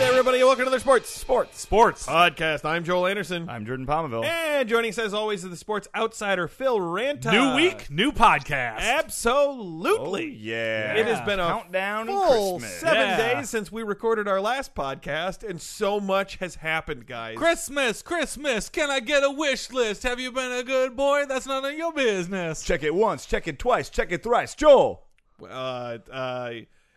everybody. Welcome to the Sports Sports Sports. Uh, Podcast. I'm Joel Anderson. I'm Jordan Palmerville. and joining us, as always, is the sports outsider, Phil Ranta. uh, new week, new podcast. Oh, Absolutely. yeah. It has been a countdown and full Christmas. seven Yeah. days since we recorded our last podcast, and so much has happened, guys. Christmas, Christmas. Can I get a wish list? Have you been a good boy? That's none of your business. Check it once, check it twice, check it thrice. Joel. uh, uh,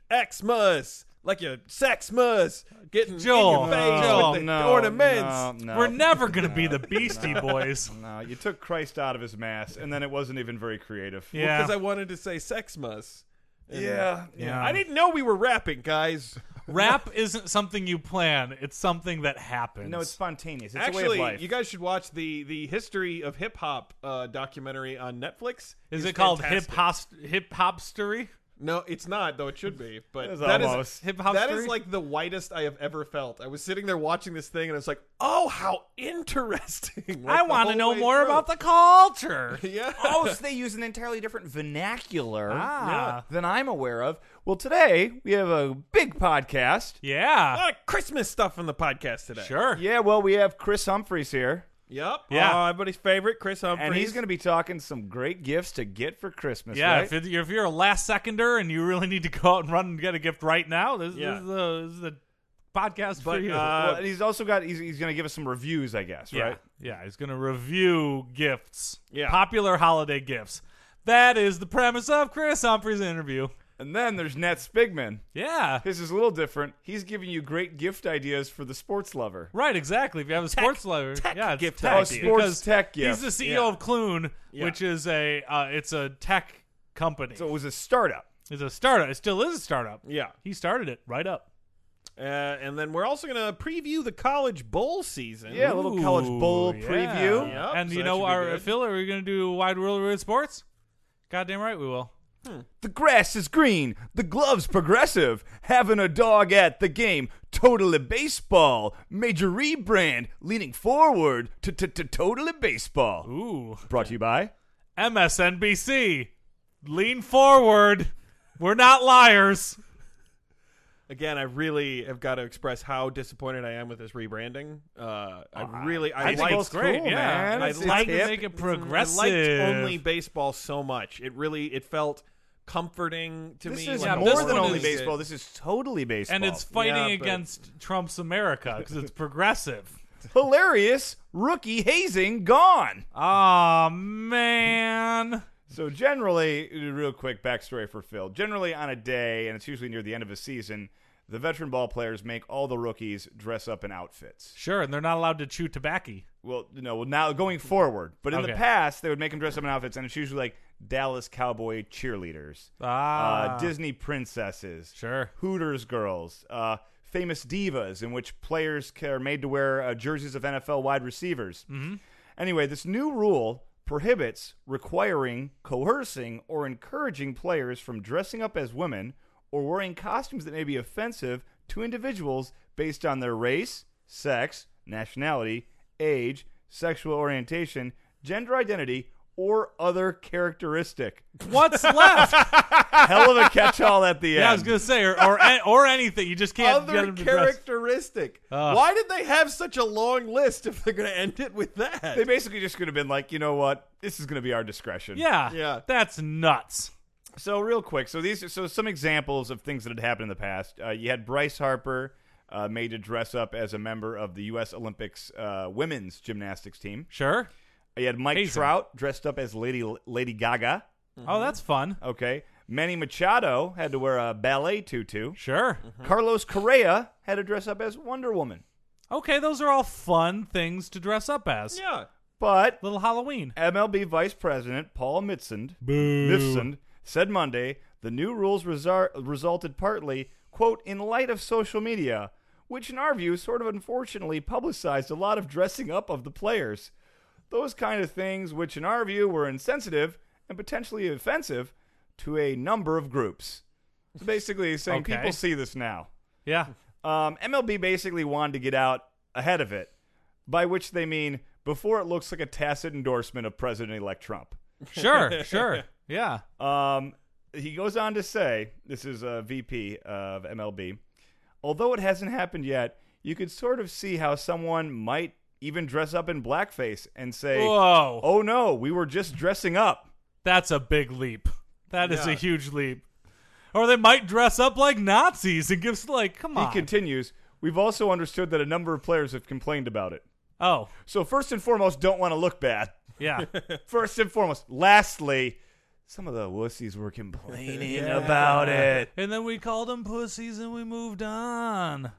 Xmas, like your sexmas, getting Joel, in your face no, with the ornaments. Oh, no, We're never gonna be the Beastie Boys. No, you took Christ out of his mass, and then it wasn't even very creative. Yeah, Because I wanted to say sexmas. yeah, yeah. Yeah. I didn't know we were rapping, guys. rap isn't something you plan. It's something that happens. No, it's spontaneous. It's a way of Actually, life. you guys should watch the the history of hip hop uh, documentary on Netflix. is It's it called hip fantastic. hop hip hopstery? No, it's not, though it should be. But It's that is- almost. Hip hop. That is like the whitest I have ever felt. I was sitting there watching this thing, and I was like, "Oh, how interesting!" I want to know more about the culture. the yeah. oh, so they use an entirely different vernacular Ah. than I'm aware of. Well, today we have a big podcast. a Yeah, lot of Christmas stuff on the podcast today. sure. Yeah, well, we have Chris Humphreys here, Yep. Yeah. Uh, everybody's favorite, Chris Humphries. and he's going to be talking some great gifts to get for Christmas. Yeah, right? if, it, if you're a last seconder and you really need to go out and run and get a gift right now, this, Yeah. this, is, the, this is the podcast for But, you. uh, Well, he's also got. He's, he's going to give us some reviews, I guess. yeah, Right. yeah, he's going to review gifts, Yeah. popular holiday gifts. That is the premise of Chris Humphrey's interview. And then there's Nat Spigman. Yeah, His is a little different. He's giving you great gift ideas for the sports lover. right, exactly. If you have a sports lover, yeah, it's gift tech. idea. Oh, sports Because tech gift. He's the CEO Yeah. of Clune, Yeah. which is a uh, it's a tech company. so it was a startup. it's a startup. It still is a startup. yeah. He started it right up. Uh, and then we're also going to preview the college bowl season. Yeah, a little college Ooh, bowl yeah. preview. Yep, and so you that should know be our good. Phil, are we going to do wide world of sports? Goddamn right we will. The grass is green. The gloves progressive. Having a dog at the game. Totally baseball. Major rebrand. Leaning forward to to to totally baseball. Ooh, Brought to you by. MSNBC, lean forward. We're not liars. Again, I really have got to express how disappointed I am with this rebranding. Oh, Uh, I really, I, think like it's great. cool, yeah, man. I It's- like it's to hip. make it I progressive. liked only baseball so much. It really it felt comforting to This me. is Yeah, like, more this than one only is- baseball. This is totally baseball. and it's fighting Yeah, but- against Trump's America because it's progressive. hilarious. Rookie hazing gone. Oh man, So generally, real quick backstory for Phil. Generally, on a day, and it's usually near the end of a season, the veteran ball players make all the rookies dress up in outfits. sure, and they're not allowed to chew tobacco. Well, no, well now going forward, but in the Okay. past, they would make them dress up in outfits, and it's usually like Dallas Cowboy cheerleaders, Ah, uh, Disney princesses, sure. Hooters girls, uh, famous divas, in which players ca- are made to wear uh, jerseys of NFL wide receivers. Mm-hmm. Anyway, this new rule prohibits requiring, coercing, or encouraging players from dressing up as women or wearing costumes that may be offensive to individuals based on their race, sex, nationality, age, sexual orientation, gender identity, or other characteristic. What's left? Hell of a catch-all at the end. Yeah, I was gonna say, or or, an- or anything. You just can't get other them to dress. characteristic. Ugh. Why did they have such a long list if they're going to end it with that? They basically just could have been like, you know what? This is going to be our discretion. Yeah, Yeah. That's nuts. So real quick, so these, so some examples of things that had happened in the past. Uh, you had Bryce Harper uh, made to dress up as a member of the U.S. Olympics uh, women's gymnastics team. Sure. You had Mike Hazen. Trout dressed up as Lady Lady Gaga. Oh, that's fun. Okay. Manny Machado had to wear a ballet tutu. Sure. Carlos Correa had to dress up as Wonder Woman. Okay, those are all fun things to dress up as. yeah. But Little Halloween. MLB Vice President Paul Mitsand Boo. Mifsund said Monday the new rules resar- resulted partly, quote, in light of social media, which in our view sort of unfortunately publicized a lot of dressing up of the players. Those kind of things, which in our view were insensitive and potentially offensive to a number of groups. So basically, he's saying Okay. people see this now. Yeah. Um, MLB basically wanted to get out ahead of it, by which they mean before it looks like a tacit endorsement of President elect Trump. Sure. Sure. Yeah. Um, he goes on to say, this is a VP of MLB, although it hasn't happened yet, you could sort of see how someone might even dress up in blackface and say, Whoa, "Oh no, we were just dressing up." that's a big leap. That is a Yeah. huge leap. Or they might dress up like Nazis and give s- like, come He on. continues, "We've also understood that a number of players have complained about it. oh, So first and foremost, don't want to look bad. yeah. First and foremost, lastly, some of the wussies were complaining about it." and then we called them pussies and we moved on.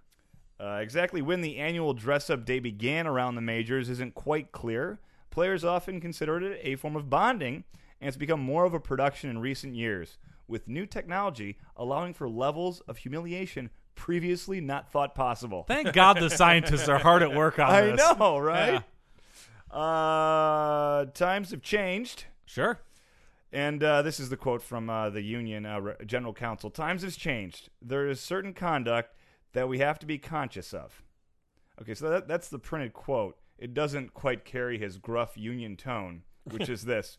Uh, exactly when the annual dress up day began around the majors isn't quite clear. Players often considered it a form of bonding, and it's become more of a production in recent years, with new technology allowing for levels of humiliation previously not thought possible. Thank God the scientists are hard at work on I this. know, right? Uh, times have changed. Sure. And uh, this is the quote from uh, the union uh, re- general counsel. Times has changed. There is certain conduct that we have to be conscious of. Okay, so that, that's the printed quote. It doesn't quite carry his gruff union tone, which is this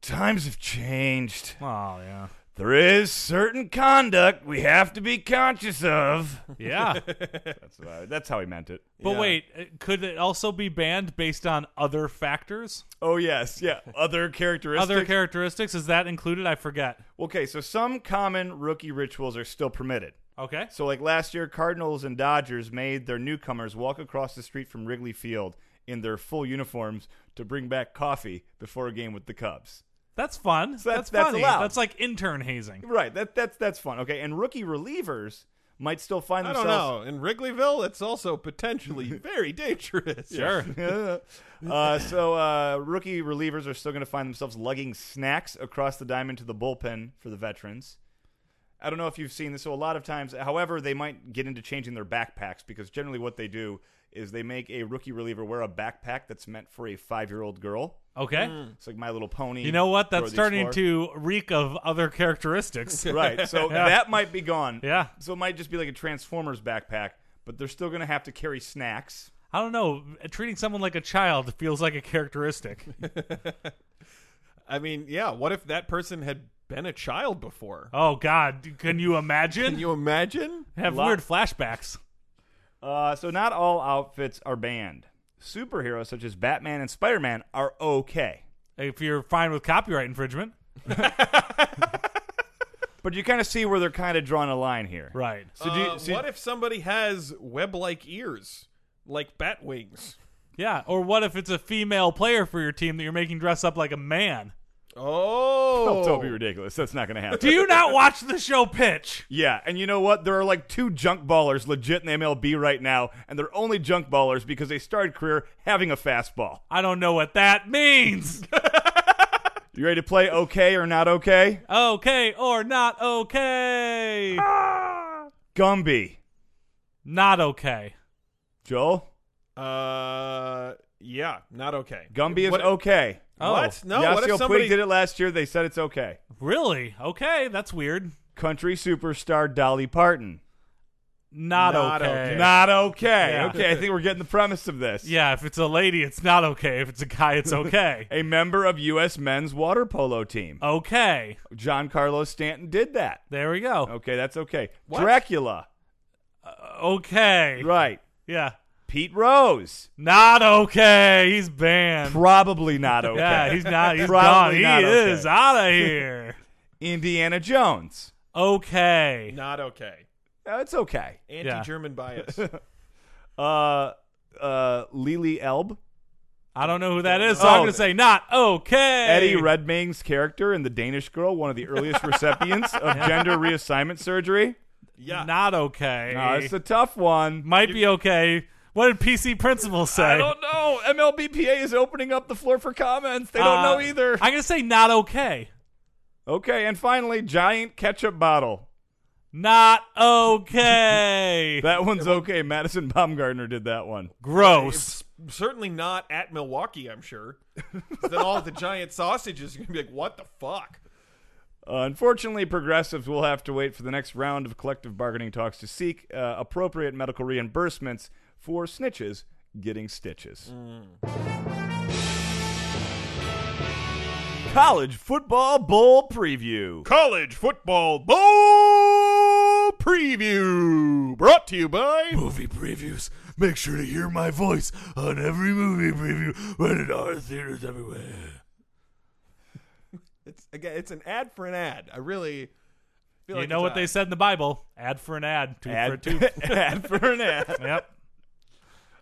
Times have changed. Oh yeah. There is certain conduct we have to be conscious of. Yeah. That's, uh, that's how he meant it. But Yeah. wait, uh, could it also be banned based on other factors? Oh, yes. Yeah. Other characteristics. Other characteristics? Is that included? I forget. okay, so some common rookie rituals are still permitted. Okay. So, like last year, Cardinals and Dodgers made their newcomers walk across the street from Wrigley Field in their full uniforms to bring back coffee before a game with the Cubs. That's fun. that's- that's, that's funny. allowed. That's like intern hazing. Right. That that's that's fun. Okay. And rookie relievers might still find I don't themselves. know. In Wrigleyville, it's also potentially very dangerous. Sure. uh, so uh, rookie relievers are still going to find themselves lugging snacks across the diamond to the bullpen for the veterans. I don't know if you've seen this. So a lot of times, however, they might get into changing their backpacks because generally what they do is they make a rookie reliever wear a backpack that's meant for a five-year-old girl. Okay. It's like My Little Pony. You know what? or That's the starting Explorer. to reek of other characteristics. right. So Yeah. that might be gone. Yeah. So it might just be like a Transformers backpack, but they're still going to have to carry snacks. I don't know. Treating someone like a child feels like a characteristic. I mean, yeah. What if that person had been a child before? Oh God! Can you imagine? Can you imagine? Have Lot- weird flashbacks. Uh, so not all outfits are banned. Superheroes such as Batman and Spider Man are okay, If you're fine with copyright infringement, but you kind of see where they're kind of drawing a line here. right? So do Uh, you, so what if somebody has web-like ears, like bat wings? Yeah. Or what if it's a female player for your team that you're making dress up like a man? Oh, Oh, don't be ridiculous. That's not going to happen. Do you not watch the show Pitch? yeah, and you know what? There are like two junk ballers legit in the MLB right now, and they're only junk ballers because they started career having a fastball. I don't know what that means. You ready to play okay or not okay? okay or not okay? Gumby, not okay. Joel, Uh, yeah, not okay. Gumby is what, okay. Oh. What? No. Yasiel what if Puig somebody did it last year. They said it's okay. Really? Okay, that's weird. Country superstar Dolly Parton. Not, Not okay. okay. Not okay. Yeah. Okay, I think we're getting the premise of this. Yeah, if it's a lady, it's not okay. If it's a guy, it's okay. A member of U.S. men's water polo team. okay. John Carlos Stanton did that. There we go. Okay, that's okay. Dracula. Okay. Oh. Right. Yeah. Pete Rose. Not okay. He's banned. Probably not okay. Yeah, he's not. He's gone. Probably He not okay. is out of here. Indiana Jones. Okay. Not okay. No, it's okay. Anti-German bias. Uh, uh, Lily Elb. I don't know who that is, so Oh. I'm going to say not okay. Eddie Redmayne's character in The Danish Girl, one of the earliest recipients of gender reassignment surgery. Yeah. Not okay. Uh, it's a tough one. Might be okay. What did PC Principal say? I don't know. MLBPA is opening up the floor for comments. They don't Uh, know either. I'm going to say not okay. okay, and finally, giant ketchup bottle. Not okay. That one's okay. Madison Baumgartner did that one. Gross. Certainly not at Milwaukee. I'm sure. then all the giant sausages are gonna be like, what the fuck? Uh, unfortunately, progressives will have to wait for the next round of collective bargaining talks to seek uh, appropriate medical reimbursements for snitches getting stitches. College football bowl preview. College football bowl preview brought to you by. Movie previews. Make sure to hear my voice on every movie preview. Rated R theaters everywhere. It's again, it's an ad for an ad. I really feel You like know it's what a- they said in the Bible: ad for an ad, tooth for a Ad, tooth. ad for an ad. yep.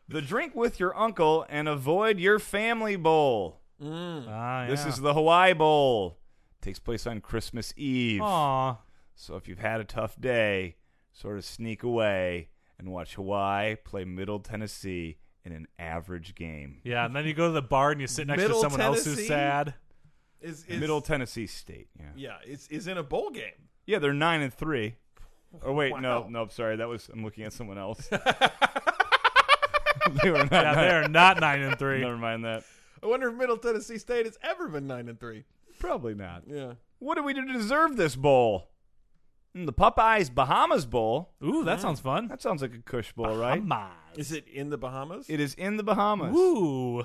The drink with your uncle and avoid your family bowl. Ah, Hmm. This yeah. is the Hawaii Bowl. Takes place on Christmas Eve. Aw. So if you've had a tough day, sort of sneak away and watch Hawaii play Middle Tennessee in an average game. Yeah, and then you go to the bar and you sit next Middle to someone else Tennessee? who's sad. Is, is, Middle Tennessee State. Yeah. Yeah, is is in a bowl game. Yeah, they're nine and three. Oh wait, Wow. no, no, sorry, that was I'm looking at someone else. they were not. Yeah, they are not nine and three. Never mind that. I wonder if Middle Tennessee State has ever been nine and three. Probably not. Yeah. What do we do to deserve this bowl? Mm, The Popeyes Bahamas Bowl. Ooh, that sounds fun. That sounds like a cush bowl, right? Bahamas. Is it in the Bahamas? It is in the Bahamas. Ooh.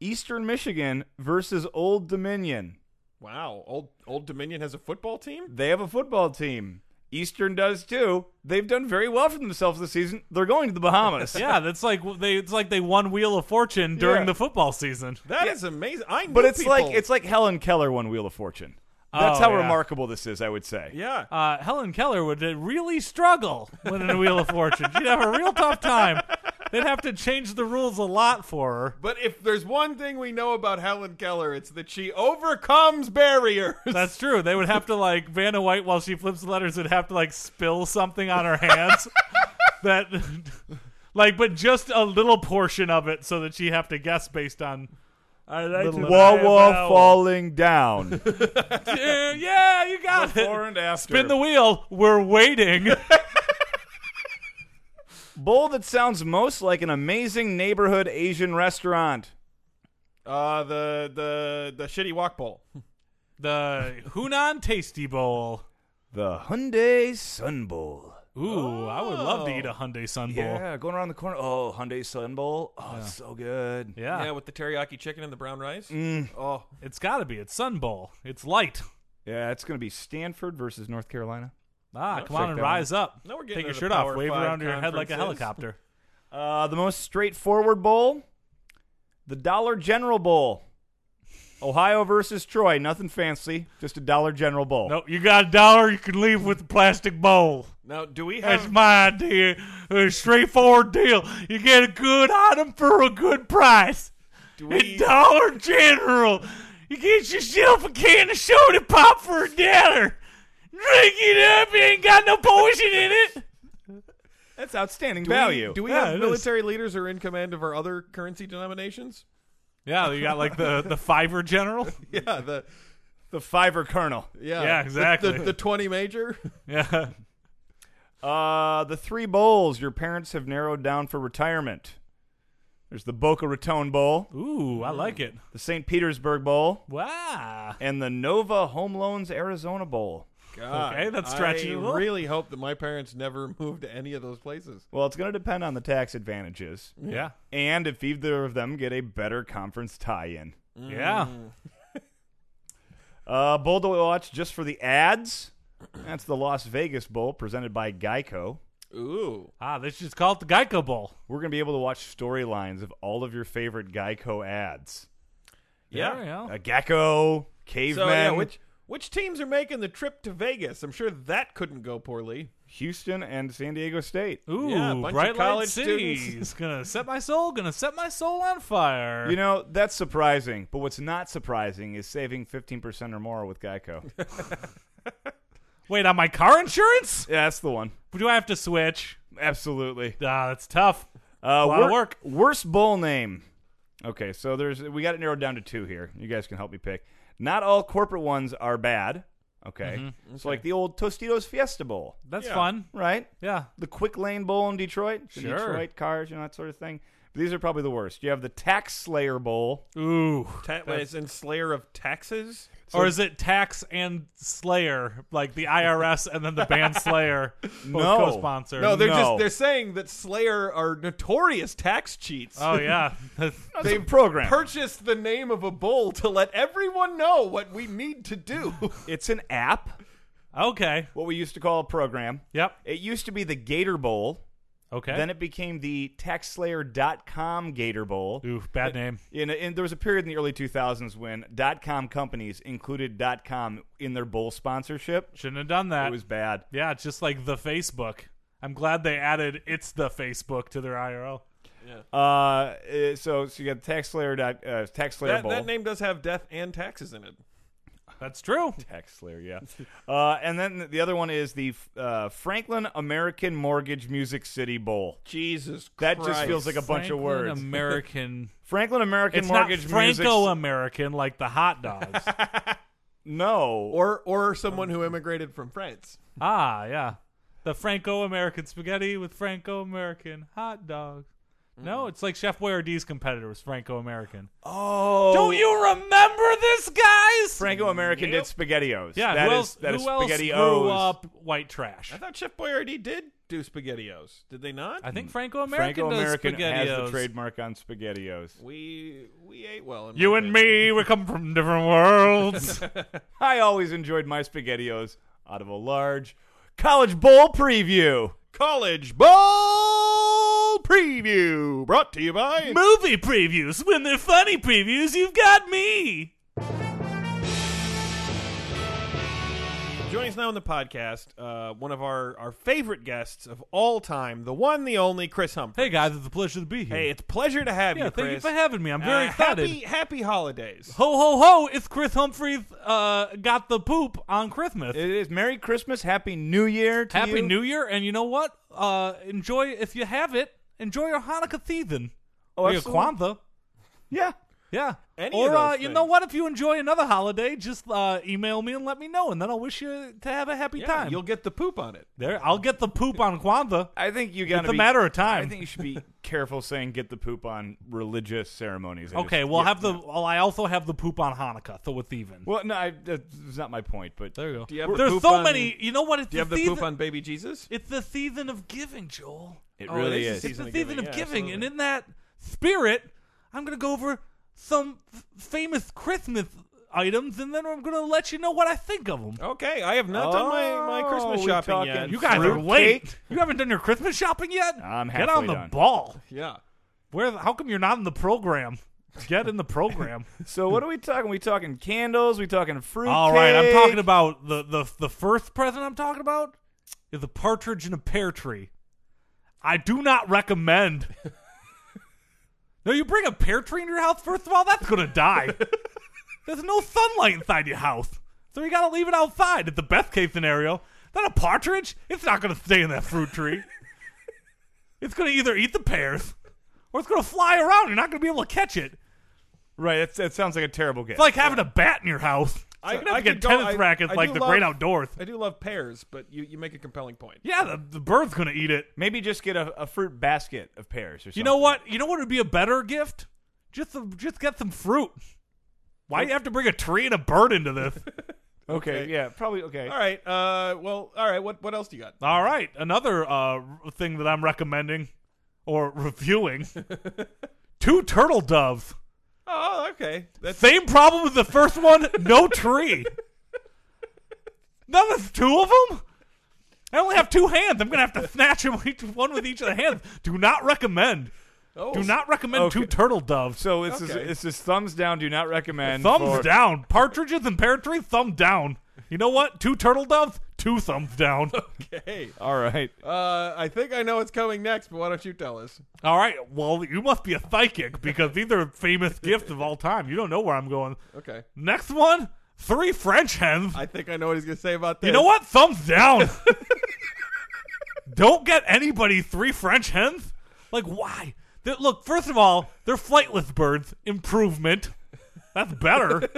Eastern Michigan versus Old Dominion. wow. Old Old Dominion has a football team? They have a football team. Eastern does too. They've done very well for themselves this season. They're going to the Bahamas. Yeah, that's like they. It's like they won Wheel of Fortune during Yeah. the football season. That is amazing. I knew But it's people. like it's like Helen Keller won Wheel of Fortune. That's Oh, how yeah. remarkable this is, I would say. Yeah. Uh, Helen Keller would uh, really struggle winning a Wheel of Fortune. She'd have a real tough time. They'd have to change the rules a lot for her. But if there's one thing we know about Helen Keller, it's that she overcomes barriers. That's true. They would have to like Vanna White while she flips the letters would have to like spill something on her hands. that like but just a little portion of it so that she have to guess based on I like Wawa falling down. Yeah, you got Before it. and after. Spin the wheel. We're waiting. bowl that sounds most like an amazing neighborhood Asian restaurant. Uh the the the shitty walk bowl. the Hunan Tasty Bowl. The Hyundai Sun Bowl. Ooh, I would love to eat a Hyundai Sun Bowl. Yeah, going around the corner. Oh, Hyundai Sun Bowl. Oh, it's so good. Yeah. with the teriyaki chicken and the brown rice. Oh, it's got to be. It's Sun Bowl. It's light. Yeah, it's going to be Stanford versus North Carolina. Ah, come on check and that one. rise up. Now we're getting Take to your the shirt off. Power Wave Five around your head like a conferences. helicopter. Uh, the most straightforward bowl, the Dollar General Bowl. Ohio versus Troy. Nothing fancy, just a Dollar General Bowl. No, you got a dollar, you can leave with a plastic bowl. now do we That's have my idea. A straightforward deal. You get a good item for a good price. do At we Dollar General, you get yourself a can of soda pop for a dollar. Drink it up, it ain't got no poison in it. That's outstanding do we- value. Do we Yeah, have it is. military leaders who are in command of our other currency denominations? Yeah, you got like the, the fiver general. Yeah, the the Fiver Colonel. yeah, Yeah, the- exactly. The, the, twenty major. Yeah. Uh, the three bowls your parents have narrowed down for retirement. There's the Boca Raton Bowl, Ooh, I like it. the St. Petersburg Bowl, Wow. and the Nova Home Loans Arizona Bowl. God, Okay, that's stretching I a little. really hope that my parents never moved to any of those places. Well, it's going to depend on the tax advantages Yeah. and if either of them get a better conference tie in. Yeah. Uh, bowl to watch just for the ads. That's the Las Vegas Bowl presented by Geico. Ooh, Ah, they should just call it the Geico Bowl. We're going to be able to watch storylines of all of your favorite Geico ads. yeah. There you Uh, go. Gecko, Caveman, So yeah, which which teams are making the trip to Vegas? I'm sure that couldn't go poorly. Houston, and San Diego State. Ooh, Yeah, a bunch of bright college light cities. students. gonna set my soul. Gonna set my soul on fire. You know, that's surprising. But what's not surprising is saving 15% or more with Geico. yeah, Wait, on my car insurance? that's the one. Do I have to switch? Absolutely. Ah, that's tough. Uh, lot of wor- work. Worst bowl name. Okay, so there's we got it narrowed down to two here. You guys can help me pick. Not all corporate ones are bad. Mm-hmm. Okay, so like the old Tostitos Fiesta Bowl, That's Yeah. fun. right? Yeah. The Quick Lane Bowl in Detroit, the Sure. Detroit cars, you know that sort of thing. these are probably the worst. You have the Tax Slayer Bowl. Ooh. Ta- wait, it's in Slayer of Taxes. or is it tax and Slayer, like the IRS and then the band Slayer, both No. co-sponsor? No, they're No. just they're saying that Slayer are notorious tax cheats. oh yeah. They program. Purchased the name of a bowl to let everyone know what we need to do. it's an app. Okay. what we used to call a program. Yep. It used to be the Gator Bowl. Okay. Then it became the TaxSlayer.com Gator Bowl. Ooh, bad name. In, in, there was a period in the early 2000s when .com companies included .com in their bowl sponsorship. Shouldn't have done that. It was bad. yeah, it's just like the Facebook. I'm glad they added it's the Facebook to their IRL. Uh, uh, so so you got TaxSlayer. dot- Uh, TaxSlayer That, Bowl. that name does have death and taxes in it. That's true. TaxSlayer, yeah. uh, and then the other one is the uh, Franklin American Mortgage Music City Bowl. Jesus That Christ. just feels like a bunch of Franklin words. American. Franklin American it's not Mortgage Music. Franco American like the hot dogs. no, or or someone who immigrated from France. ah, yeah. The Franco American spaghetti with Franco American hot dogs. No, it's like Chef Boyardee's competitor was Franco American. oh, Don't you remember this, guys? Franco American did SpaghettiOs. yeah, that who else, is- that who is else SpaghettiOs. grew up white trash? I thought Chef Boyardee did do SpaghettiOs. Did they not? I think Franco American Franco American does has the SpaghettiOs. trademark on SpaghettiOs. we we ate well. In You my and family. me, we come from different worlds. I always enjoyed my SpaghettiOs out of a large college bowl preview. College Bowl preview brought to you by. Movie previews. When they're funny previews, you've got me. Joining us now on the podcast, uh, one of our our favorite guests of all time, the one, the only, Chris Humphrey. Hey guys, it's a pleasure to be here. Hey, it's a pleasure to have yeah, you. thank you Chris. for having me. I'm very Uh, excited. Happy, happy holidays. Ho ho ho! It's Chris Humphreys. Uh, got the poop on Christmas. It is Merry Christmas, Happy New Year to Happy you. New Year, and you know what? Uh, enjoy if you have it. Enjoy your Hanukkah season Oh, or your absolutely. Kwanzaa. Yeah. Yeah. Any or of uh, those you things. know what? If you enjoy another holiday, just uh, email me and let me know, and then I'll wish you to have a happy Yeah, time. you'll get the poop on it. There, I'll get the poop on Kwanzaa. I think you got It's a matter of time. I think you should be careful saying get the poop on religious ceremonies. I Okay, just- we'll yeah, have the. yeah. Well, I also have the poop on Hanukkah, so it's even. Well, no, I, that's not my point, but there you go. you have the There's poop so on- many. You know what? It's Do you have the season, poop on baby Jesus? It's the season of giving, Joel. it Oh, it really is a is. season It's the of season giving, of yeah, giving, and absolutely. in that spirit, I'm gonna go over some f- famous Christmas items, and then I'm gonna let you know what I think of them. Okay, I have not done my, my Oh, Christmas we shopping talking yet. You guys are Fruit late. cake? You haven't done your Christmas shopping yet. I'm Get halfway on the done. ball. yeah. Where? How come you're not in the program? Get in the program. So what are we talking? We talking candles? We talking fruit? All right, I'm talking about the the the first present I'm talking about is a partridge in a pear tree. I do not recommend. no, you bring a pear tree into your house. First of all, that's gonna die. There's no sunlight inside your house, so you gotta leave it outside. At the best case scenario, then a partridge, it's not gonna stay in that fruit tree. it's gonna either eat the pears, or it's gonna fly around. You're not gonna be able to catch it. Right, that, that sounds like a terrible gift. It's like having a bat in your house. I- I, you have I to get could go- tennis I- rackets I like do the love- great outdoors. I do love pears, but you, you make a compelling point. Yeah, the, the bird's gonna eat it. Maybe just get a, a fruit basket of pears or something. You know what? You know what would be a better gift? Just some, just get some fruit. Why do you have to bring a tree and a bird into this? Okay, Okay. yeah, probably okay. All right. Uh, well, all right. What what else do you got? All right, another uh, thing that I'm recommending or reviewing: two turtle doves. Oh, okay. That's Same problem with the first one. No tree. Now there's two of them. I only have two hands. I'm gonna have to snatch them each one with each of the hands. Do not recommend. oh, Do not recommend two Okay. turtle doves. So this Okay. is this is thumbs down. Do not recommend. Thumbs for- down. Partridges and pear tree, thumb down. You know what? Two turtle doves, two thumbs down. Okay. All right. Uh, I think I know what's coming next, but why don't you tell us? all right. Well, you must be a psychic because these are famous gifts of all time. You don't know where I'm going. Okay. Next one, three French hens. I think I know what he's gonna say about this. You know what? Thumbs down. don't get anybody three French hens. Like, why? They're- look, first of all, they're flightless birds. Improvement. That's better.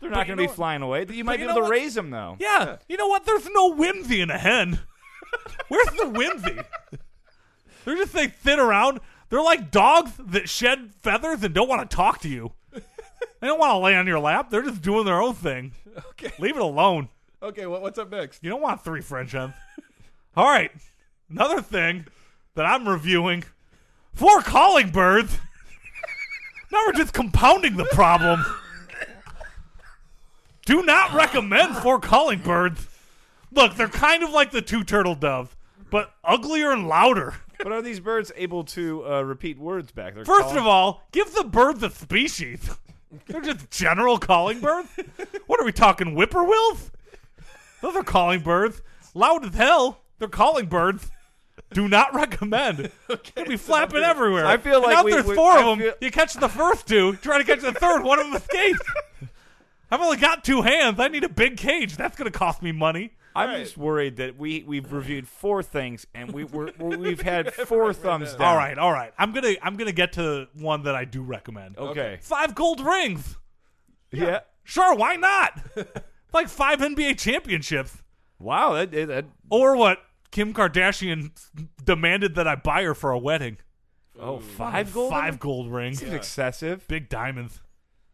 They're not you know going to be what? flying away. You might be you able know what? to raise them though. Yeah. You know what? There's no whimsy in a hen. Where's the whimsy? They're just they sit around. They're like dogs that shed feathers and don't want to talk to you. They don't want to lay on your lap. They're just doing their own thing. Okay. Leave it alone. Okay. What, what's up next? You don't want three French hens. All right. Another thing that I'm reviewing four calling birds. now we're just compounding the problem. Do not recommend four calling birds. Look, they're kind of like the two turtle dove, but uglier and louder. But are these birds able to uh, repeat words back? They're First calling- of all, give the bird the species. They're just general calling birds. What are we talking, whippoorwills? Those are calling birds. Loud as hell. They're calling birds. Do not recommend. They'll be flapping everywhere. I feel like and out we- there's we- four I of them. feel- You catch the first two, try to catch the third. One of them escapes. I've only got two hands. I need a big cage. That's going to cost me money. I'm just worried that we we've reviewed four things and we we're, we're, we've had four thumbs down. All right, all right. I'm gonna I'm gonna get to one that I do recommend. Okay. Five gold rings. Yeah. Sure, why not? like five NBA championships. Wow. That, that, that- Or what Kim Kardashian demanded that I buy her for a wedding. oh five gold. Five gold rings. This is excessive. Big diamonds.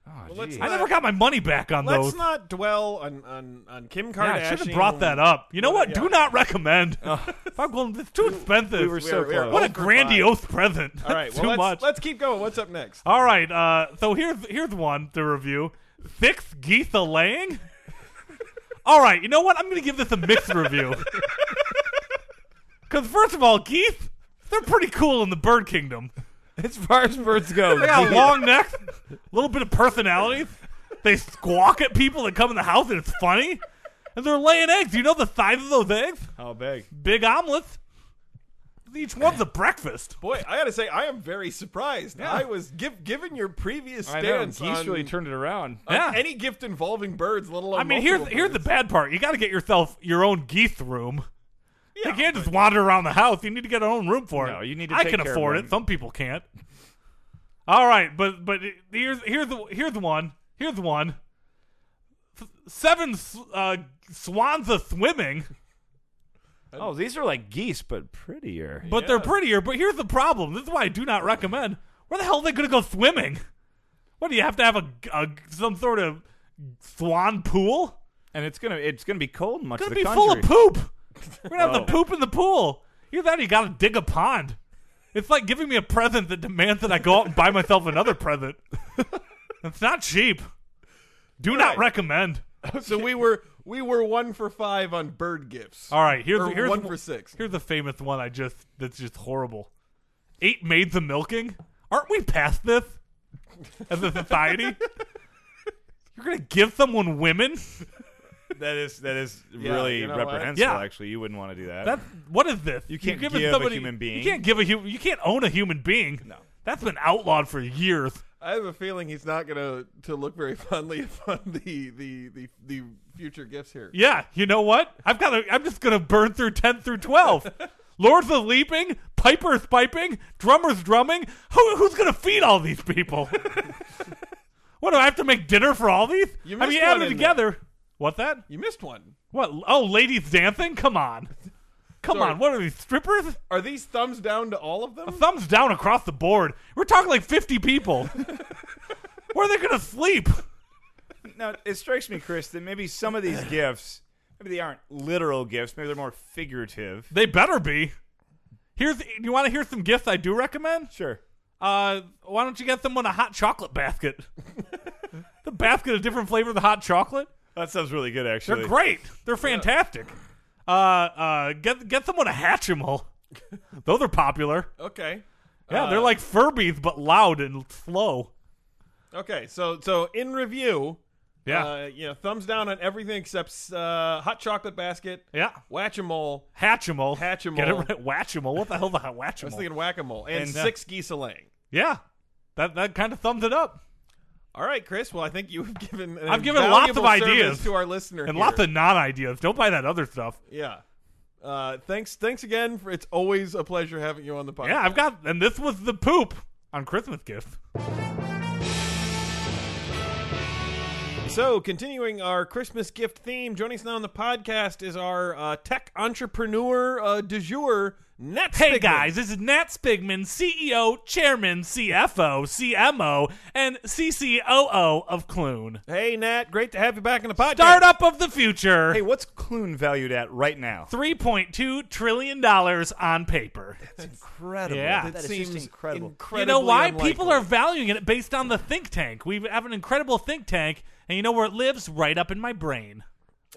Oh, let's geez. I never got my money back on Let's those. not dwell on, on, on Kim Yeah, Kardashian. Oh. I should have brought that up. You know what? Do not recommend. Five gold it's too expensive. we were so we are- close. what a over five. grandiose present. All right, well, too let's, much. let's keep going. What's up next? All right, uh, so here's here's one to review. Sixth Geetha Lang. All right, you know what? I'm going to give this a mixed review. Because first of all, Geeth, they're pretty cool in the bird kingdom. as far as birds go, They got geez. long necks, a little bit of personality. They squawk at people that come in the house, and it's funny. And they're laying eggs. You know the size of those eggs? How big? Big omelets. Each one's a breakfast. Boy, I gotta say, I am very surprised. I was give, given your previous I know. stance Geese on, really turned it around. on Yeah. any gift involving birds, let alone I mean, here's multiple here's the birds. bad part. You got to get yourself your own geeth room. Yeah, you can't just wander around the house. You need to get an own room for it. No, you need to I take can care of afford them. it. Some people can't. All right, but but here's here's the here's one here's one. S- Seven s- uh, swans a swimming, Oh, these are like geese, but prettier. but Yeah. they're prettier. But here's the problem. This is why I do not recommend. Where the hell are they going to go swimming? What do you have to have a, a some sort of swan pool? And it's gonna it's gonna be cold in much gonna of be the country. full of poop. We're gonna have Oh. the poop in the pool. Either that, or you gotta dig a pond. It's like giving me a present that demands that I go out and buy myself another present. It's not cheap. Do not Right. recommend. So we were we were one for five on bird gifts. All right, here's Or here's one for six. Here's the famous one I just that's just horrible. Eight maids of milking. Aren't we past this as a society? You're gonna give someone women? That is that is Yeah, really you know what? reprehensible. Yeah. Actually, you wouldn't want to do that. That's what is this? You can't give a human being. You can't give a human. You can't own a human being. No. that's been outlawed for years. I have a feeling he's not gonna to look very fondly upon the the the, the future gifts here. Yeah, you know what? I've got. to I'm just gonna burn through ten through twelve. Lords of leaping, pipers piping, drummers drumming. Who, who's gonna feed all these people? what do I have to make dinner for all these? You I missed mean, one add them in together. What that? You missed one. What? Oh, ladies dancing. Come on, come Sorry. on. What are these strippers? Are these thumbs down to all of them? thumbs down across the board. We're talking like 50 people. Where are they going to sleep? now it strikes me, Chris, that maybe some of these gifts, maybe they aren't literal gifts. Maybe they're more figurative. They better be. Here's you want to hear some gifts I do recommend? Sure. Uh, why don't you get someone a hot chocolate basket? the basket of different flavor of the hot chocolate. That sounds really good, actually. They're great. They're fantastic. Uh, uh, get get someone a Hatchimal. Those are popular. Okay. Yeah, Uh, they're like Furbies but loud and slow. Okay, so so in review, Yeah, uh, you know, thumbs down on everything except uh, hot chocolate basket, yeah. whack a mole, Hatchimal. Hatchimal. Get it right. Whatchimal. What the hell's a Whatchimal? I was thinking whack a mole, and, And, uh, six geese a laying. Yeah, that that kind of thumbs it up, All right, Chris. Well, I think you have given an I've given lots of invaluable service ideas. to our listener and here. lots of non ideas. Don't buy that other stuff. yeah. Uh, thanks, thanks again. For, it's always a pleasure having you on the podcast. Yeah, I've got, and this was the poop on Christmas gift. So, continuing our Christmas gift theme, joining us now on the podcast is our uh, tech entrepreneur uh, du jour, Nat Hey Spigman. guys, this is Nat Spigman, CEO, Chairman, CFO, CMO, and CCOO of Clune, Hey, Nat, great to have you back on the podcast. startup of the future. Hey, what's Clune valued at right now? $3.2 trillion on paper. Incredible. Yeah. That That is seems just incredible. You know why? incredibly People are unlikely. valuing it based on the think tank. We have an incredible think tank, and you know where it lives? Right up in my brain.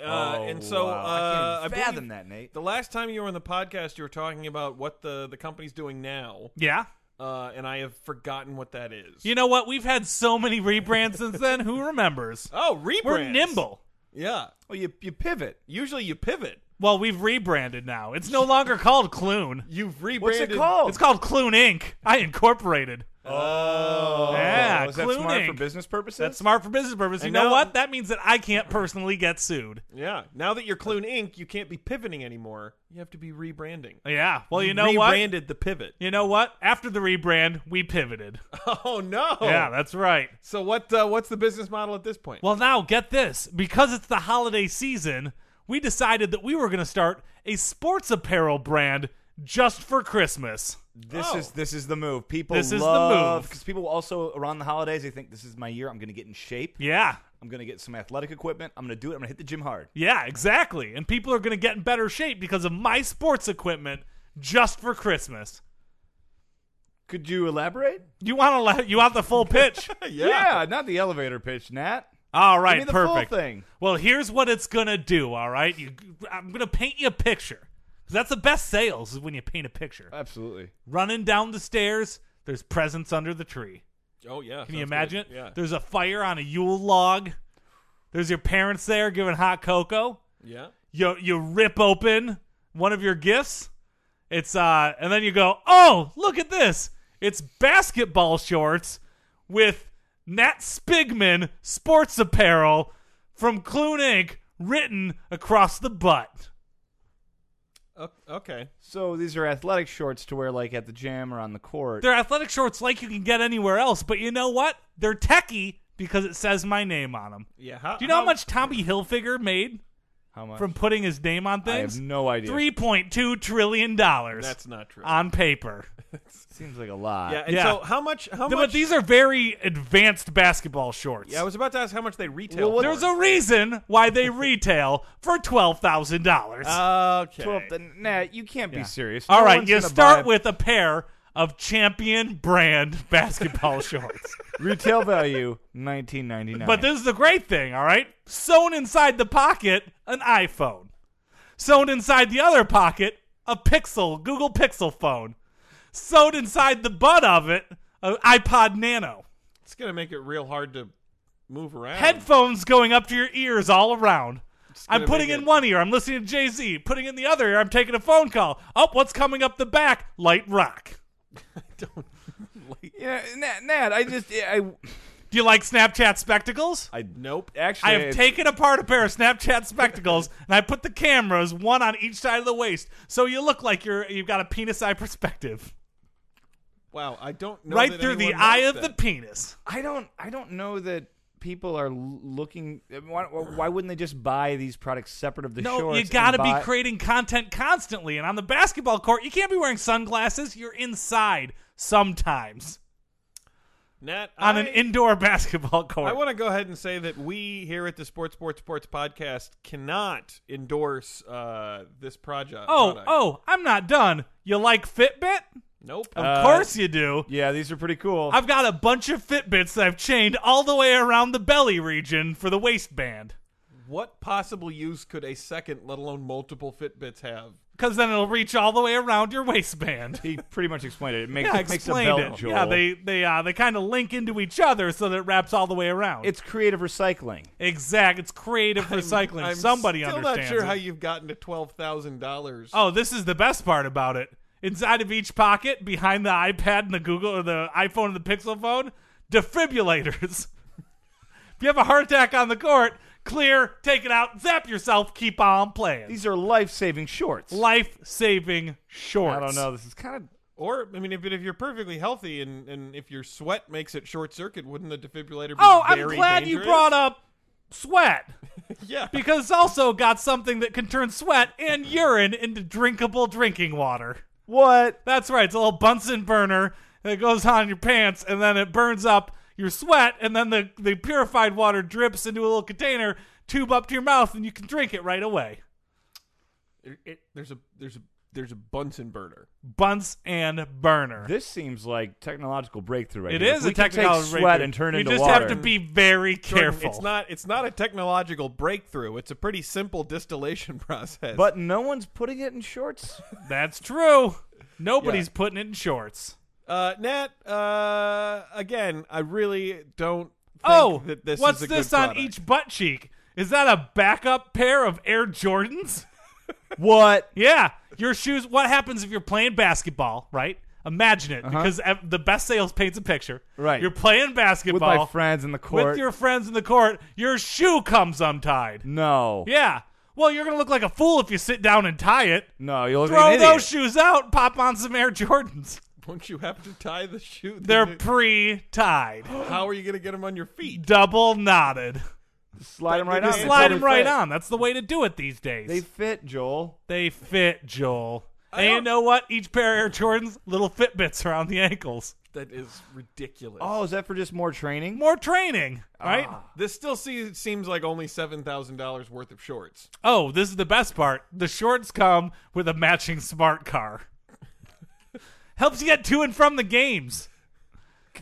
Uh, Oh, and so wow. uh, I can't even believe fathom that, Nate. The last time you were on the podcast, you were talking about what the the company's doing now, Yeah. uh, and I have forgotten what that is. You know what? We've had so many rebrands since then. Who remembers? oh, rebrands. We're nimble. Yeah. Well, you you pivot. Usually you pivot. Well, we've rebranded now. It's no longer called Clune. You've rebranded. What's it called? It's called Clune Inc. I incorporated. Oh, Yeah, is that Clune smart for Inc. business purposes? That's smart for business purposes. You And know now- what? That means that I can't personally get sued. Yeah. Now that you're Clune Inc., you can't be pivoting anymore. You have to be rebranding. Yeah. Well, you know what? rebranded the pivot. You know what? After the rebrand, we pivoted. Oh no. Yeah, that's right. So what? Uh, what's the business model at this point? Well, now get this. Because it's the holiday season, we decided that we were going to start a sports apparel brand just for Christmas. This Oh. is this is the move. People This is the love move. because people also around the holidays they think this is my year. I'm going to get in shape. Yeah. I'm going to get some athletic equipment. I'm going to do it. I'm going to hit the gym hard. Yeah, exactly. And people are going to get in better shape because of my sports equipment just for Christmas. Could you elaborate? You want to you want the full pitch? Yeah, not the elevator pitch, Nat. All right, Give me the full perfect. thing. Well, here's what it's gonna do. All right, you, I'm gonna paint you a picture. 'Cause That's the best sales is when you paint a picture. Absolutely. Running down the stairs, there's presents under the tree. Oh yeah. Can you imagine it? Yeah. There's a fire on a Yule log. There's your parents there giving hot cocoa. yeah. You you rip open one of your gifts. It's uh, and then you go, oh, look at this. It's basketball shorts with Nat Spigman sports apparel from Clune Inc. written across the butt. O- okay. So these are athletic shorts to wear like at the gym or on the court. They're athletic shorts like you can get anywhere else, but you know what? They're techie because it says my name on them. Yeah. How, Do you know how much Tommy Hilfiger made How much? from putting his name on I things? have no idea. Three point two trillion dollars That's not true. on paper. seems like a lot. yeah. And yeah. so how much? How No, much? but these are very advanced basketball shorts. Yeah, I was about to ask how much they retail. Well, what- for. There's a reason why they retail for twelve thousand dollars. Uh, Okay. Twelve. then- Nat, you can't be serious. All No right, one's you gonna start buy- with a pair of champion brand basketball shorts. retail value nineteen ninety nine. But this is the great thing, all right? Sewn inside the pocket, an iPhone. Sewn inside the other pocket, a Pixel, Google Pixel phone. Sewed inside the butt of it, an iPod Nano. It's gonna make it real hard to move around. Headphones going up to your ears all gonna around. I'm putting make in it- one ear, I'm listening to Jay Z. Putting in the other ear, I'm taking a phone call. Up, what's coming up the back? Light rock. Don't- yeah, Nat, Nat, I just I Do you like Snapchat spectacles? I nope. actually I have it's- taken apart a pair of Snapchat spectacles and I put the cameras one on each side of the waist, so you look like you're you've got a penis eye perspective, Wow. I don't know. right that through the anyone eye knows of the that. penis. I don't I don't know that people are l- looking I mean, why, why wouldn't they just buy these products separate of the No, shorts you and got to buy- be creating content constantly, and on the basketball court, you can't be wearing sunglasses. You're inside sometimes Nat on I, an indoor basketball I court. want to go ahead and say that we here at the Sports Sports Sports podcast cannot endorse uh, this project. oh, product. oh, I'm not done. You like Fitbit? nope. Of Uh, course you do. Yeah, these are pretty cool. I've got a bunch of Fitbits that I've chained all the way around the belly region for the waistband. Uh, what possible use could a second, let alone multiple Fitbits, have? because then it'll reach all the way around your waistband. he pretty much explained it. It makes, Yeah, I it makes a explained belt, it. Joel. Yeah, they they uh, they kind of link into each other so that it wraps all the way around. It's creative recycling. exact. It's creative recycling. I'm Somebody still understands. not sure it. how you've gotten to twelve thousand dollars. oh, this is the best part about it. Inside of each pocket, behind the iPad and the Google or the iPhone and the Pixel phone, defibrillators. if you have a heart attack on the court, clear, take it out, zap yourself, keep on playing. These are life-saving shorts. life-saving shorts. I don't know. This is kind of Or I mean, if if you're perfectly healthy and, and if your sweat makes it short circuit, wouldn't the defibrillator be Oh, I'm very glad dangerous? you brought up sweat Yeah, because it's also got something that can turn sweat and urine into drinkable drinking water. what? That's right, it's a little Bunsen burner that goes on your pants and then it burns up your sweat and then the, the purified water drips into a little container, tube up to your mouth, and you can drink it right away. It- it- there's a there's a there's a Bunsen burner. Bunce and burner. This seems like technological breakthrough right It here. is If we a can technical take sweat breakthrough. and turn you into just water. have to be very Jordan, careful. It's not it's not a technological breakthrough. It's a pretty simple distillation process. But no one's putting it in shorts. That's true. Nobody's putting it in shorts. uh, Nat, uh, again, I really don't. Think Oh, that this what's is a good this on product. each butt cheek? Is that a backup pair of Air Jordans? what? yeah, your shoes. What happens if you're playing basketball? Right? Imagine it, because ev- the best sales paints a picture. Uh-huh. Right. You're playing With basketball my friends in the court. with your friends in the court. Your shoe comes untied. no. Yeah. Well, you're gonna look like a fool if you sit down and tie it. No, you look Throw like an idiot. those shoes out. Pop on some Air Jordans. Don't you have to tie the shoe? They're Then pre-tied, how are you gonna get them on your feet? double knotted. Slide them right They on. just They Slide totally them right fit. on. That's the way to do it these days. They fit, Joel. They fit, Joel. and don't- you know what? Each pair of Air Jordans, little Fitbits around the ankles. That is ridiculous. Oh, is that for just more training? More training, right? This still see, seems like only seven thousand dollars worth of shorts. Oh, this is the best part. The shorts come with a matching smart car. Helps you get to and from the games.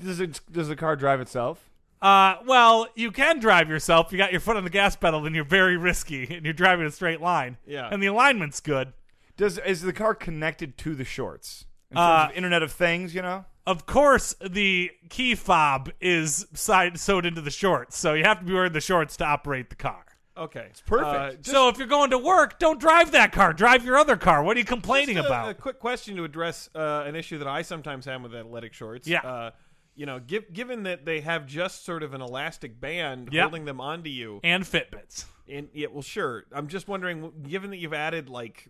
Does it, does the car drive itself? Uh, well, you can drive yourself. You got your foot on the gas pedal, and you're very risky, and you're driving a straight line. Yeah. And the alignment's good. Does is the car connected to the shorts? In terms Uh, of Internet of Things, you know. Of course, the key fob is side sewed into the shorts, so you have to be wearing the shorts to operate the car. Okay, Uh, it's perfect. so if you're going to work, don't drive that car. Drive your other car. What are you complaining Just a, about? A quick question to address uh, an issue that I sometimes have with athletic shorts. Yeah. Uh, you know, gi- given that they have just sort of an elastic band Yeah. holding them onto you, and Fitbits. and yeah, well, sure. I'm just wondering, w- given that you've added like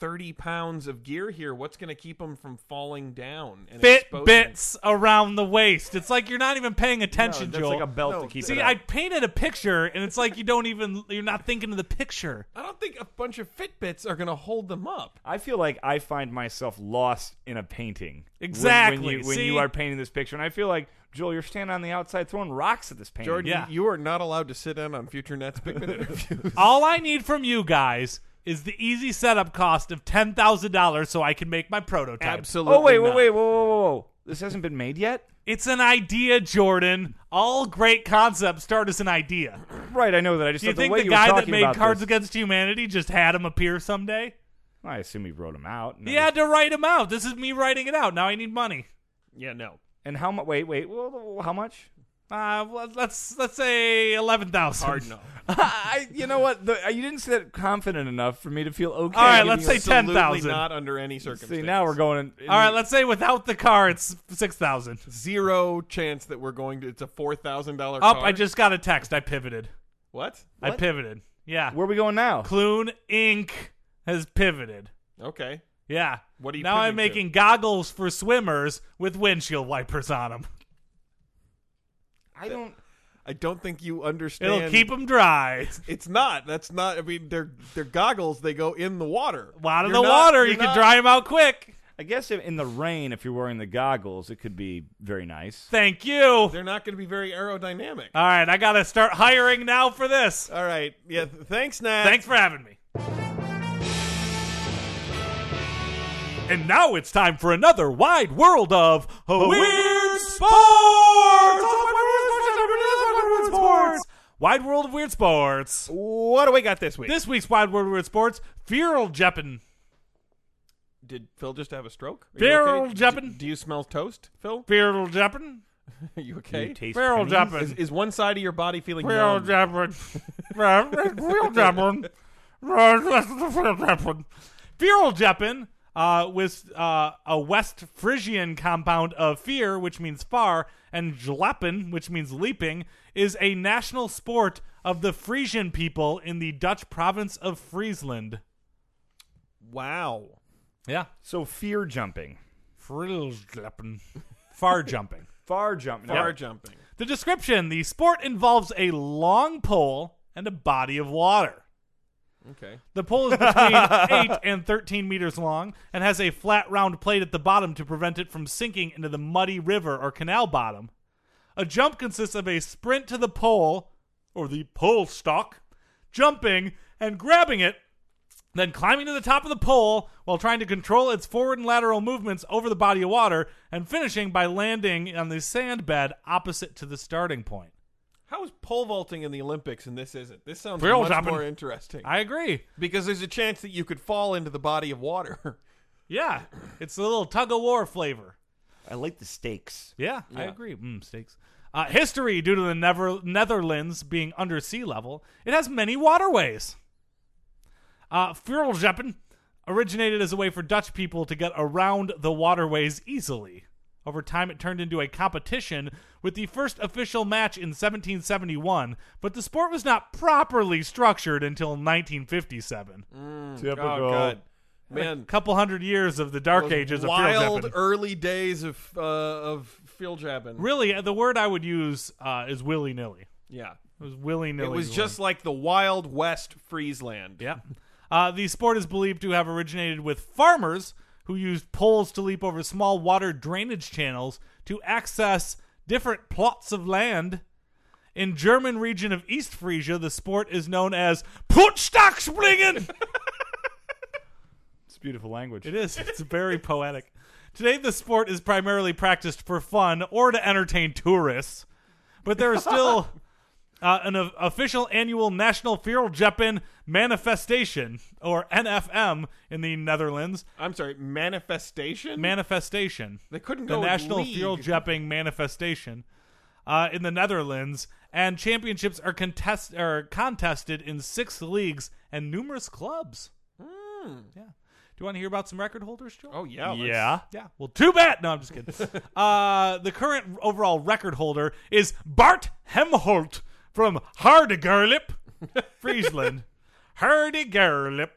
30 pounds of gear here, what's going to keep them from falling down? And exposing- Fitbits around the waist. It's like you're not even paying attention, that's Joel. like a belt No, to keep See, it. I up. painted a picture, and it's like you don't even you're not thinking of the picture. I don't think a bunch of Fitbits are going to hold them up. I feel like I find myself lost in a painting. When- When, Exactly. you, when See? you are painting this picture, and I feel like Joel, you're standing on the outside throwing rocks at this painting. Jordan, Yeah. you are not allowed to sit in on future Nets Pikmin interviews. All I need from you guys is the easy setup cost of ten thousand dollars, so I can make my prototype. Absolutely. Oh wait, wait, not. wait, whoa, whoa, whoa, whoa! This hasn't been made yet. It's an idea, Jordan. All great concepts start as an idea. Right, I know that. I just Do you thought the think way the you guy were that talking made about Cards this- Against Humanity just had him appear someday? I assume he wrote him out. and He had to write him out. This is me writing it out. Now I need money. Yeah, no. And how much? Wait, wait. Well, how much? Uh, well, let's let's say eleven thousand. Hard no. I, you know what? The, you didn't say that confident enough for me to feel okay. All right, giving let's you say a- ten. 10,000. Absolutely not under any circumstances. See, now we're going. In, All right, let's say without the car, it's six thousand. zero chance that we're going to. It's a four thousand dollar Up. I just got a text. I pivoted. what? I pivoted. Yeah. Where are we going now? Clune Inc. has pivoted. Okay, Yeah. What are you now? I'm pivoting to? making goggles for swimmers with windshield wipers on them. I don't. I don't think you understand. It'll 'em keep them dry. It's not. That's not. I mean, they're they're goggles. They go in the water. Out of You're the not- water, you're you can not- dry them out quick. I guess if, in the rain, if you're wearing the goggles, it could be very nice. Thank you. They're not going to be very aerodynamic. All right, I gotta start hiring now for this. All right. Yeah. th- Thanks, Nat. Thanks for having me. And now it's time for another wide world of weird sports. Wide world of weird sports. What do we got this week? This week's wide world of weird sports: Feral Jeppin. Did Phil just have a stroke? Are you Feral D- jumping. Do, you smell toast, Phil? Feral Jeppin. Are you okay? You taste Feral pennies? is, Jeppin. is one side of your body feeling Feral numb? Jeppin. Feral Jeppin. Feral Jeppin. Feral Jeppin uh, was uh, a West Frisian compound of fear, which means far, and Jleppin, which means leaping, is a national sport of the Frisian people in the Dutch province of Friesland. Wow. Yeah. So fear jumping, Feral Jeppin. Far jumping. far jumping, Bar jumping. The description the sport involves a long pole and a body of water. Okay. The pole is between 8 and 13 meters long and has a flat round plate at the bottom to prevent it from sinking into the muddy river or canal bottom. A jump consists of a sprint to the pole, or the pole stalk, jumping and grabbing it then climbing to the top of the pole while trying to control its forward and lateral movements over the body of water, and finishing by landing on the sand bed opposite to the starting point. How is pole vaulting in the Olympics and this isn't? This sounds Barrel much dropping. more interesting. I agree. because there's a chance that you could fall into the body of Oh, water. Yeah, it's a little tug of war flavor. I like the stakes. Yeah, I agree. Mm, steaks. Uh, history due to the Never- Netherlands being under sea level, it has many waterways. Uh, Fuerljeppen originated as a way for Dutch people to get around the waterways easily. Over time, it turned into a competition with the first official match in 1771, but the sport was not properly structured until 1957. Typical. Oh god, man! A couple hundred years of the Dark those Ages of wild Fuerljeppen. early days of uh, of field jabbing. Really, uh, the word I would use uh, is willy nilly. yeah, It was willy nilly. it was just like the Wild West Friesland. Yeah. Uh, the sport is believed to have originated with farmers who used poles to leap over small water drainage channels to access different plots of land. In German region of East Frisia, the sport is known as Puttstockspringen. It's beautiful language. it is. It's very poetic. Today, the sport is primarily practiced for fun or to entertain tourists, but there is still uh, an o- official annual National Fjordjeppen Manifestation, or NFM, in the Netherlands. I'm sorry, manifestation. Manifestation. they couldn't The go with National league. Fjordjepping Manifestation uh, in the Netherlands, and championships are contest are contested in six leagues and numerous clubs. Yeah. Do you want to hear about some record holders, Joel? Hmm. Oh yeah, let's- Yeah. Yeah. Well, too bad. No, I'm just kidding. uh, the current overall record holder is Bart Hemholt from Hardegerlip, Friesland. Hardegerlip.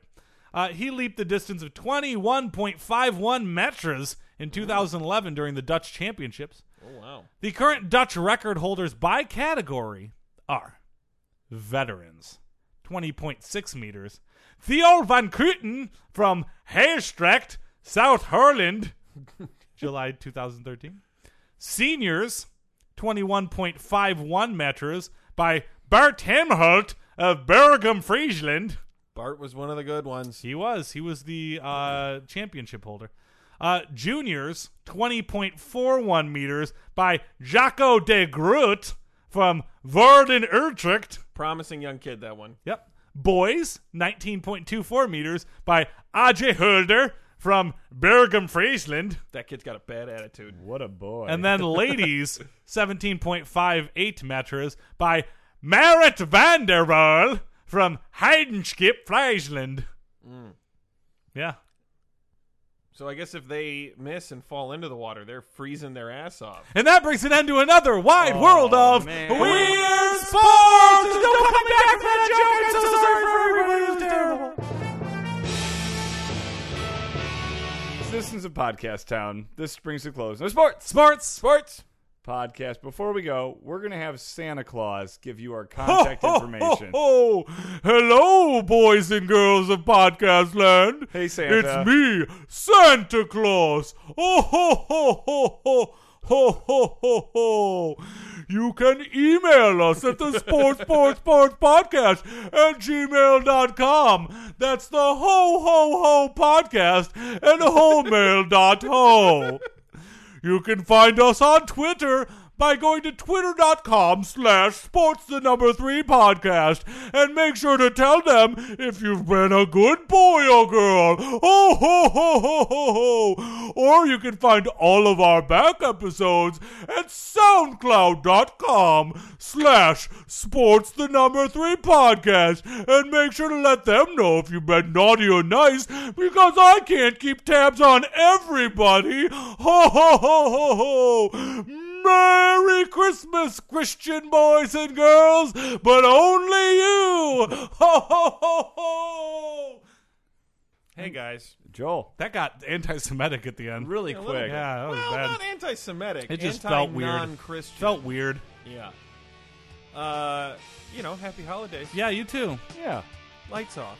Uh, he leaped the distance of 21.51 meters in 2011 during the Dutch Championships. Oh wow. The current Dutch record holders by category are veterans, 20.6 meters. Theo van Kooten from Heerstrecht, South Holland, July 2013. Seniors, 21.51 meters by Bart Hemholt of Bergum, Friesland. Bart was one of the good ones. He was. He was the uh, championship holder. Uh, juniors, 20.41 meters by Jaco de Groot from Varden Utrecht. Promising young kid, that one. Yep. Boys, 19.24 meters by Ajay Hulder from Bergum, Friesland. That kid's got a bad attitude. What a boy. And then ladies, 17.58 meters by Marit van der Waal from Heidenskip, Friesland. Yeah. So I guess if they miss and fall into the water, they're freezing their ass off. And that brings an end to another wide world of man. Oh, Weird Sports! Don't come back for that joke! I'm so sorry for everybody who was terrible! Citizens of Podcast Town. This brings to close. No sports Sports! Sports. podcast. Before we go, we're gonna have Santa Claus give you our contact Ho, ho, information. ho, ho. Hello, boys and girls of podcast land. Hey, Santa. It's me, Santa Claus. Oh, ho, ho, ho, ho. Ho, ho, ho, ho. You can email us at the sports, sports, sports podcast at gmail.com. That's the ho, ho, ho podcast and homemail dot ho. You can find us on Twitter by going to twitter.com slash sports the number three podcast and make sure to tell them if you've been a good boy or girl. Oh ho ho ho ho ho. Or you can find all of our back episodes at soundcloud.com slash sports the number three podcast and make sure to let them know if you've been naughty or nice because I can't keep tabs on everybody. Ho ho ho ho ho! Merry Christmas, Christian boys and girls, but only you! Ho ho ho ho! Hey guys. Joel, That got anti-Semitic at the end. really A little quick. bit. Yeah, that was well, bad. not anti-Semitic. It just anti- felt weird. Non-Christian. Felt weird. yeah. Uh, you know, happy holidays. Yeah, you too. Yeah. Lights off.